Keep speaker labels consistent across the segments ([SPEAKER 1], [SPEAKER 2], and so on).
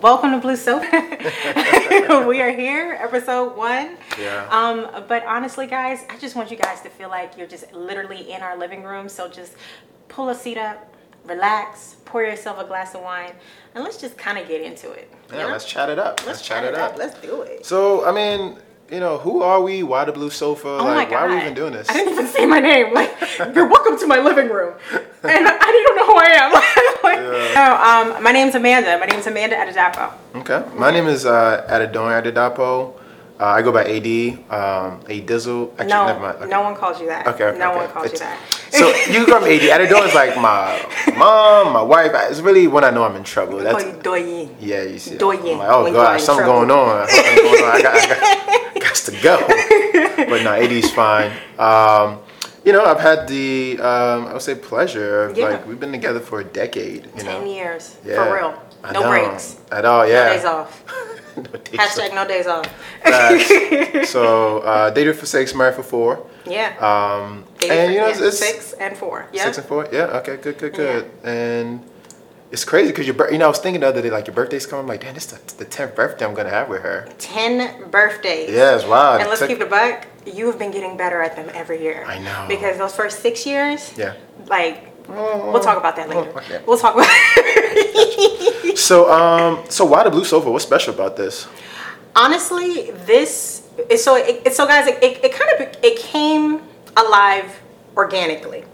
[SPEAKER 1] welcome to Blue Soap. we are here, episode one.
[SPEAKER 2] Yeah.
[SPEAKER 1] Um, but honestly, guys, I just want you guys to feel like you're just literally in our living room. So just pull a seat up, relax, pour yourself a glass of wine, and let's just kind of get into it. you
[SPEAKER 2] yeah,
[SPEAKER 1] know?
[SPEAKER 2] let's chat it up. Let's,
[SPEAKER 1] Let's
[SPEAKER 2] chat, it up.
[SPEAKER 1] Let's do it.
[SPEAKER 2] So, I mean, you know, who are we? Why the blue sofa?
[SPEAKER 1] Oh
[SPEAKER 2] like,
[SPEAKER 1] my god!
[SPEAKER 2] why are we even doing this?
[SPEAKER 1] I didn't even say my name. Like, you're welcome to my living room, and I don't even know who I am. Like, No, um, my name's Amanda. My name's Amanda Adadapo.
[SPEAKER 2] Okay. My name is uh, Adedon Adedapo. Uh, I go by AD, um, A Dizzle. Actually,
[SPEAKER 1] No,
[SPEAKER 2] never mind. Okay.
[SPEAKER 1] no one calls you that.
[SPEAKER 2] Okay, okay,
[SPEAKER 1] no
[SPEAKER 2] okay.
[SPEAKER 1] one calls you
[SPEAKER 2] It's-
[SPEAKER 1] that.
[SPEAKER 2] So you call me AD. Adedon is like my mom, my wife. It's really when I know I'm in trouble.
[SPEAKER 1] Call
[SPEAKER 2] That's
[SPEAKER 1] Oh, you Doyin.
[SPEAKER 2] yeah. You see,
[SPEAKER 1] Doyen,
[SPEAKER 2] I'm like, oh
[SPEAKER 1] when you are in
[SPEAKER 2] god, something
[SPEAKER 1] trouble.
[SPEAKER 2] going on. Something going on. I got, I got, got to go. But no, AD's fine. Um, you know, I've had the um, I would say pleasure. of,
[SPEAKER 1] Yeah.
[SPEAKER 2] Like we've been together for a decade. You know,
[SPEAKER 1] Ten years
[SPEAKER 2] Yeah.
[SPEAKER 1] for real.
[SPEAKER 2] I
[SPEAKER 1] No
[SPEAKER 2] know.
[SPEAKER 1] breaks.
[SPEAKER 2] at all. Yeah.
[SPEAKER 1] No days off.
[SPEAKER 2] No days off.
[SPEAKER 1] Hashtag no days off.
[SPEAKER 2] Facts. so uh, dated for six, married for four.
[SPEAKER 1] Yeah.
[SPEAKER 2] Um,
[SPEAKER 1] Dated
[SPEAKER 2] and
[SPEAKER 1] for-
[SPEAKER 2] you know,
[SPEAKER 1] yeah,
[SPEAKER 2] it's, it's
[SPEAKER 1] six and four. Yeah.
[SPEAKER 2] six and four. Yeah. Okay. Good. Good. Good. And it's crazy because your bir- you know I was thinking the other day like your birthday's coming. I'm like, damn, this is the tenth birthday I'm gonna have with her.
[SPEAKER 1] Ten birthdays.
[SPEAKER 2] Yeah, it's wild.
[SPEAKER 1] And let's
[SPEAKER 2] Took-
[SPEAKER 1] keep it a buck. You have been getting better at them every year.
[SPEAKER 2] I know.
[SPEAKER 1] Because those first six years,
[SPEAKER 2] yeah.
[SPEAKER 1] like,
[SPEAKER 2] Oh,
[SPEAKER 1] we'll talk about that
[SPEAKER 2] oh,
[SPEAKER 1] later.
[SPEAKER 2] okay.
[SPEAKER 1] We'll talk about.
[SPEAKER 2] So um, so why the blue sofa? What's special about this?
[SPEAKER 1] Honestly, this it- so it, it- so guys, it, it, it kind of it came alive organically.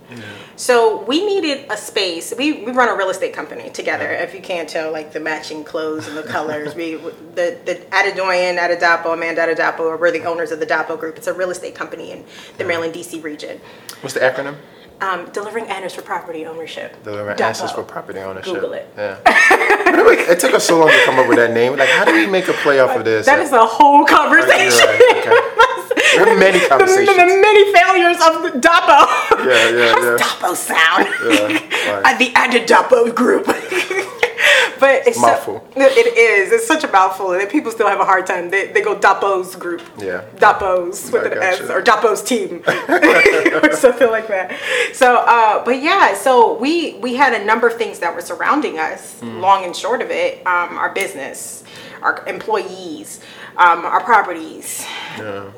[SPEAKER 1] So we needed a space. We, we run a real estate company together. If you can't tell, like the matching clothes and the colors, we the the Adedoyan, Adadapo, Amanda Adadapo, we're the owners of the Dapo Group. It's a real estate company in the Maryland D.C. region.
[SPEAKER 2] What's the acronym?
[SPEAKER 1] um, delivering answers for property ownership.
[SPEAKER 2] Delivering
[SPEAKER 1] Dapo.
[SPEAKER 2] answers for property ownership.
[SPEAKER 1] Google it.
[SPEAKER 2] Yeah. But it, it took us so long to come up with that name. Like, how do we make a play off of this?
[SPEAKER 1] That is a whole
[SPEAKER 2] uh,
[SPEAKER 1] conversation.
[SPEAKER 2] You're right, okay. There are many
[SPEAKER 1] The, the- the
[SPEAKER 2] conversations.
[SPEAKER 1] many failures of the Dapo.
[SPEAKER 2] Yeah, yeah,
[SPEAKER 1] How's
[SPEAKER 2] yeah.
[SPEAKER 1] Dapo sound?
[SPEAKER 2] Yeah, right.
[SPEAKER 1] At the Adadapo group. but it's so-
[SPEAKER 2] Mouthful.
[SPEAKER 1] it is. It's such a mouthful that people still have a hard time. They, they go Dapo's group.
[SPEAKER 2] Yeah.
[SPEAKER 1] Dapo's with
[SPEAKER 2] I
[SPEAKER 1] an
[SPEAKER 2] gotcha.
[SPEAKER 1] S or Dapo's team or something like that. So, uh, but yeah, so we we had a number of things that were surrounding us,
[SPEAKER 2] Mm.
[SPEAKER 1] long and short of it. Um, our business, our employees, um, our properties,
[SPEAKER 2] Yeah.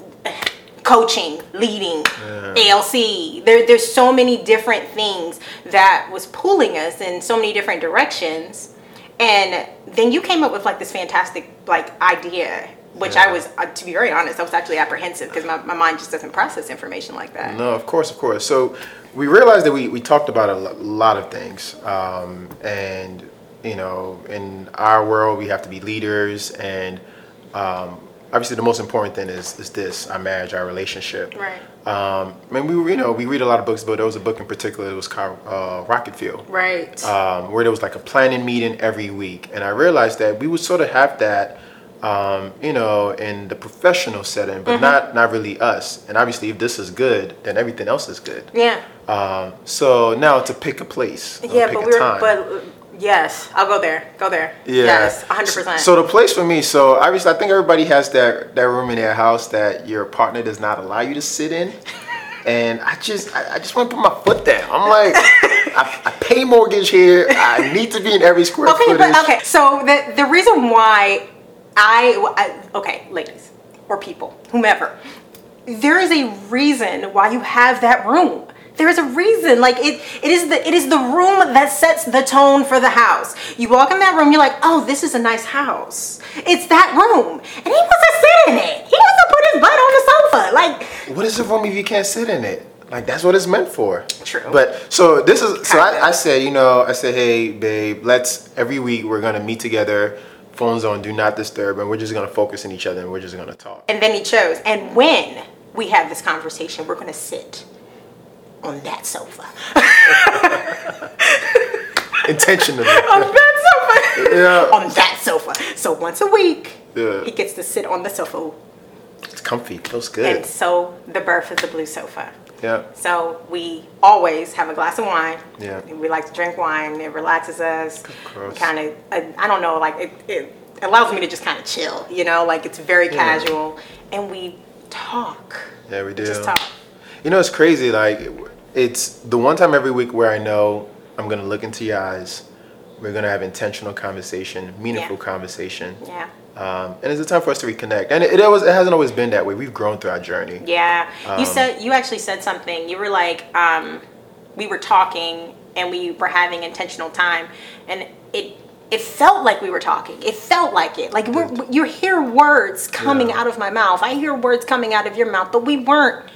[SPEAKER 1] coaching, leading, ALC. There, there's so many different things that was pulling us in so many different directions. And then you came up with like this fantastic like idea, which I
[SPEAKER 2] Yeah.
[SPEAKER 1] was, uh, to be very honest, I was actually apprehensive because my, my mind just doesn't process information like that.
[SPEAKER 2] No, of course, of course. So we realized that we, we talked about a lo- lot of things. Um, and, you know, in our world, we have to be leaders. And um, obviously, the most important thing is, is this our marriage, our relationship.
[SPEAKER 1] Right.
[SPEAKER 2] Um, I mean, we, were- you know, we read a lot of books, but there was a book in particular that was called uh, Rocket Fuel.
[SPEAKER 1] Right.
[SPEAKER 2] um, where there was like a planning meeting every week, and I realized that we would sort of have that, um, you know, in the professional setting,
[SPEAKER 1] Mm-hmm.
[SPEAKER 2] but not not really us. And obviously, if this is good, then everything else is good.
[SPEAKER 1] yeah.
[SPEAKER 2] Um, so now to pick a place, or
[SPEAKER 1] yeah,
[SPEAKER 2] pick
[SPEAKER 1] but
[SPEAKER 2] a
[SPEAKER 1] we were,
[SPEAKER 2] time.
[SPEAKER 1] but uh, yes, I'll go there. Go there.
[SPEAKER 2] yeah.
[SPEAKER 1] Yes, 100%.
[SPEAKER 2] So the place for me, so obviously I think everybody has that that room in their house that your partner does not allow you to sit in. And I just I, I just want to put my foot down. I'm like, I, I pay mortgage here. I need to be in every square
[SPEAKER 1] okay,
[SPEAKER 2] footage.
[SPEAKER 1] but okay. So the the reason why I, I okay, ladies or people, whomever, there is a reason why you have that room. There is a reason. Like it it is the it is the room that sets the tone for the house. You walk in that room, you're like, oh, this is a nice house. It's that room. And he wants to sit in it. He wants to put his butt on the sofa. Like
[SPEAKER 2] What is a room if you can't sit in it? Like that's what it's meant for.
[SPEAKER 1] True.
[SPEAKER 2] But so this is so
[SPEAKER 1] Kinda.
[SPEAKER 2] I, I said, you know, I said, hey babe, let's every week we're gonna meet together, phones on, do not disturb, and we're just gonna focus on each other and we're just gonna talk.
[SPEAKER 1] And then he chose. And when we have this conversation, we're going to sit on that sofa.
[SPEAKER 2] Intentionally.
[SPEAKER 1] on that sofa.
[SPEAKER 2] yeah.
[SPEAKER 1] on that sofa. So once a week,
[SPEAKER 2] Yeah.
[SPEAKER 1] he gets to sit on the sofa.
[SPEAKER 2] It's comfy, feels
[SPEAKER 1] And
[SPEAKER 2] good.
[SPEAKER 1] so the birth of the blue sofa.
[SPEAKER 2] Yeah.
[SPEAKER 1] So we always have a glass of wine.
[SPEAKER 2] Yeah.
[SPEAKER 1] We like to drink wine. It relaxes us.
[SPEAKER 2] course.
[SPEAKER 1] Kind of, I don't know, like it, it allows me to just kind of chill, you know, like it's very casual. And we talk.
[SPEAKER 2] Yeah, we do.
[SPEAKER 1] Just talk.
[SPEAKER 2] You know, it's crazy. Like, it's the one time every week where I know I'm gonna look into your eyes, We're going to have intentional conversation, meaningful conversation.
[SPEAKER 1] Yeah.
[SPEAKER 2] Um, and it's a time for us to reconnect. And it, it always it hasn't always been that way. We've grown through our journey.
[SPEAKER 1] Yeah.
[SPEAKER 2] Um,
[SPEAKER 1] you said you actually said something. You were like, um, we were talking and we were having intentional time, and it it felt like we were talking. It felt like it. Like we're, you hear words coming
[SPEAKER 2] Yeah.
[SPEAKER 1] out of my mouth. I hear words coming out of your mouth, but we weren't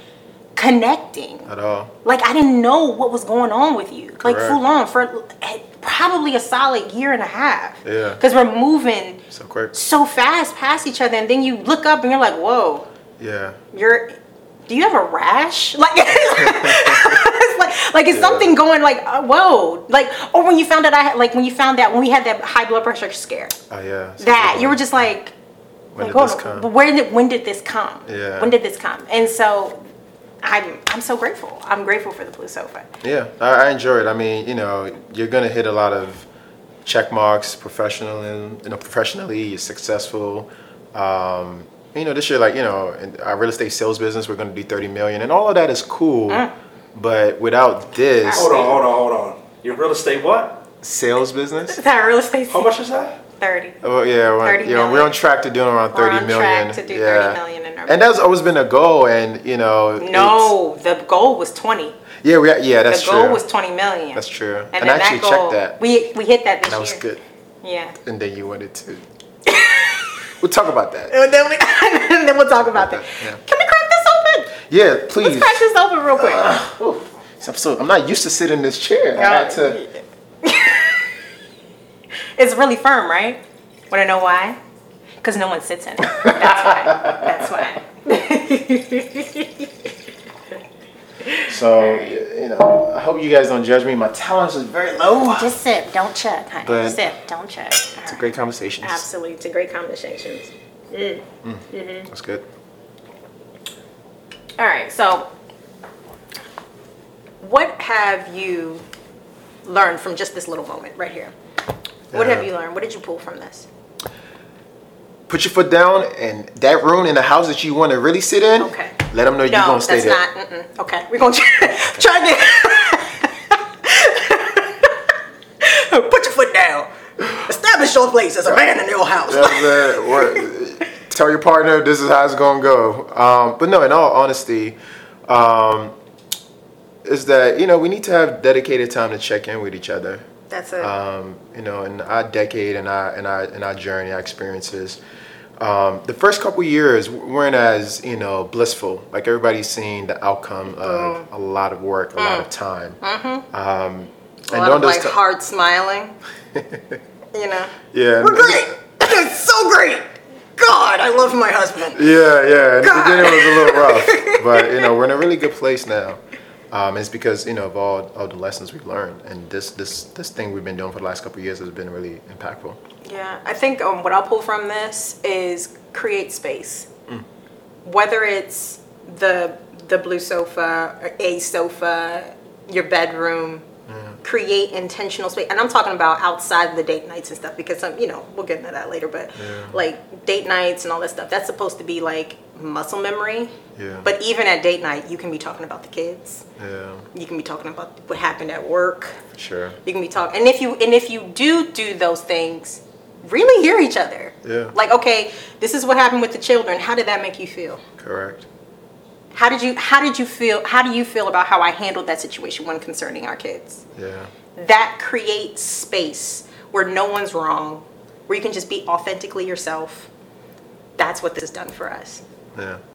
[SPEAKER 1] connecting.
[SPEAKER 2] At all.
[SPEAKER 1] Like I didn't know what was going on with you. Like
[SPEAKER 2] Uh. Correct.
[SPEAKER 1] full on for eh, probably a solid year and a half.
[SPEAKER 2] Yeah.
[SPEAKER 1] Because we're moving
[SPEAKER 2] So quick.
[SPEAKER 1] so fast past each other, and then you look up and you're like, whoa
[SPEAKER 2] Yeah.
[SPEAKER 1] you're do you have a rash like it's like, like it's
[SPEAKER 2] Yeah.
[SPEAKER 1] something going like uh, whoa like or when you found out i had like when you found out when we had that high blood pressure scare
[SPEAKER 2] Oh yeah. It's a
[SPEAKER 1] that
[SPEAKER 2] good
[SPEAKER 1] you were
[SPEAKER 2] one.
[SPEAKER 1] just like
[SPEAKER 2] When
[SPEAKER 1] like
[SPEAKER 2] did this
[SPEAKER 1] oh,
[SPEAKER 2] come?
[SPEAKER 1] but where did when did this come
[SPEAKER 2] Yeah.
[SPEAKER 1] when did this come and so i'm i'm so grateful i'm grateful for the blue sofa
[SPEAKER 2] Yeah, I, I enjoy it. I mean, you know, you're gonna hit a lot of check marks professionally. You know, professionally, you're successful. Um, you know, this year, like you know, in our real estate sales business, we're gonna do 30 million, and all of that is cool.
[SPEAKER 1] Mm.
[SPEAKER 2] But without this
[SPEAKER 1] Ow.
[SPEAKER 3] Hold on, hold on, hold on. Your real estate what?
[SPEAKER 2] sales business,
[SPEAKER 1] is that real estate
[SPEAKER 3] How much is that?
[SPEAKER 1] 30
[SPEAKER 2] oh yeah, we're,
[SPEAKER 1] 30
[SPEAKER 2] you know, we're
[SPEAKER 1] million.
[SPEAKER 2] on track to doing around
[SPEAKER 1] We're
[SPEAKER 2] 30
[SPEAKER 1] on
[SPEAKER 2] million.
[SPEAKER 1] track to do 30
[SPEAKER 2] yeah.
[SPEAKER 1] million in our
[SPEAKER 2] and that's always been a goal, and you know, it's-
[SPEAKER 1] no the goal was 20
[SPEAKER 2] yeah, we, yeah,
[SPEAKER 1] the
[SPEAKER 2] that's
[SPEAKER 1] goal
[SPEAKER 2] true.
[SPEAKER 1] was 20 million
[SPEAKER 2] that's true. And,
[SPEAKER 1] and, then
[SPEAKER 2] I actually
[SPEAKER 1] that goal,
[SPEAKER 2] checked that.
[SPEAKER 1] we we hit that this
[SPEAKER 2] that was
[SPEAKER 1] year
[SPEAKER 2] good.
[SPEAKER 1] yeah
[SPEAKER 2] and then you wanted to. we'll talk about that.
[SPEAKER 1] And then, we, and then we'll talk about that.
[SPEAKER 2] Yeah.
[SPEAKER 1] Can we crack this open?
[SPEAKER 2] Yeah, please.
[SPEAKER 1] Let's crack this open real quick.
[SPEAKER 2] Ooh, I'm so I'm not used to sitting in this chair. I had to.
[SPEAKER 1] it's really firm, right? Want to know why? Because no one sits in it. That's why. That's why.
[SPEAKER 2] So you know, I hope you guys don't judge me. My tolerance is very low.
[SPEAKER 1] Just sip, don't chug, honey.
[SPEAKER 2] But-
[SPEAKER 1] sip, don't chug. All right.
[SPEAKER 2] Great conversations.
[SPEAKER 1] Absolutely, it's a great conversations.
[SPEAKER 2] That's good.
[SPEAKER 1] All right, so what have you learned from just this little moment right here? What have
[SPEAKER 2] Yeah.
[SPEAKER 1] you learned? What did you pull from this?
[SPEAKER 2] Put your foot down, and that room in the house that you want to really sit in.
[SPEAKER 1] Okay.
[SPEAKER 2] Let them know you're
[SPEAKER 1] No,
[SPEAKER 2] gonna stay
[SPEAKER 1] that's
[SPEAKER 2] there.
[SPEAKER 1] not. Mm-mm. Okay, we're gonna try, try again. Put your foot down. Establish your place as a man in your house.
[SPEAKER 2] That's it. What- tell your partner this is how it's gonna go. Um, but no, in all honesty, um, is that you know we need to have dedicated time to check in with each other.
[SPEAKER 1] That's it.
[SPEAKER 2] um, you know, in our decade and our and our and our journey, our experiences. Um, the first couple years weren't as you know blissful. Like everybody's seeing the outcome of a lot of work, a lot of time. Mm-hmm. Um,
[SPEAKER 1] Mm-hmm. Mm. a lot of
[SPEAKER 2] those
[SPEAKER 1] like
[SPEAKER 2] ti-
[SPEAKER 1] hard smiling. you know.
[SPEAKER 2] yeah, and-
[SPEAKER 1] We're great. It's so great. God, I love my husband.
[SPEAKER 2] yeah, yeah. In the
[SPEAKER 1] God.
[SPEAKER 2] beginning it was a little rough, but you know we're in a really good place now. Um, it's because you know of all of the lessons we've learned, and this this this thing we've been doing for the last couple of years has been really impactful.
[SPEAKER 1] Yeah, I think um, what I'll pull from this is create space. Whether it's the the blue sofa, or a sofa, your bedroom, create intentional space. And I'm talking about outside the date nights and stuff because I'm, you know, we'll get into that later. But like date nights and all that stuff, that's supposed to be like muscle memory.
[SPEAKER 2] Yeah.
[SPEAKER 1] But even at date night, you can be talking about the kids.
[SPEAKER 2] Yeah,
[SPEAKER 1] You can be talking about what happened at work.
[SPEAKER 2] for sure.
[SPEAKER 1] You can be talking, and if you and if you do do those things, really hear each other.
[SPEAKER 2] Yeah.
[SPEAKER 1] Like, okay, this is what happened with the children. How did that make you feel?
[SPEAKER 2] Correct.
[SPEAKER 1] How did you How did you feel? How do you feel about how I handled that situation when concerning our kids?
[SPEAKER 2] Yeah.
[SPEAKER 1] That creates space where no one's wrong, where you can just be authentically yourself. That's what this has done for us.
[SPEAKER 2] Yeah.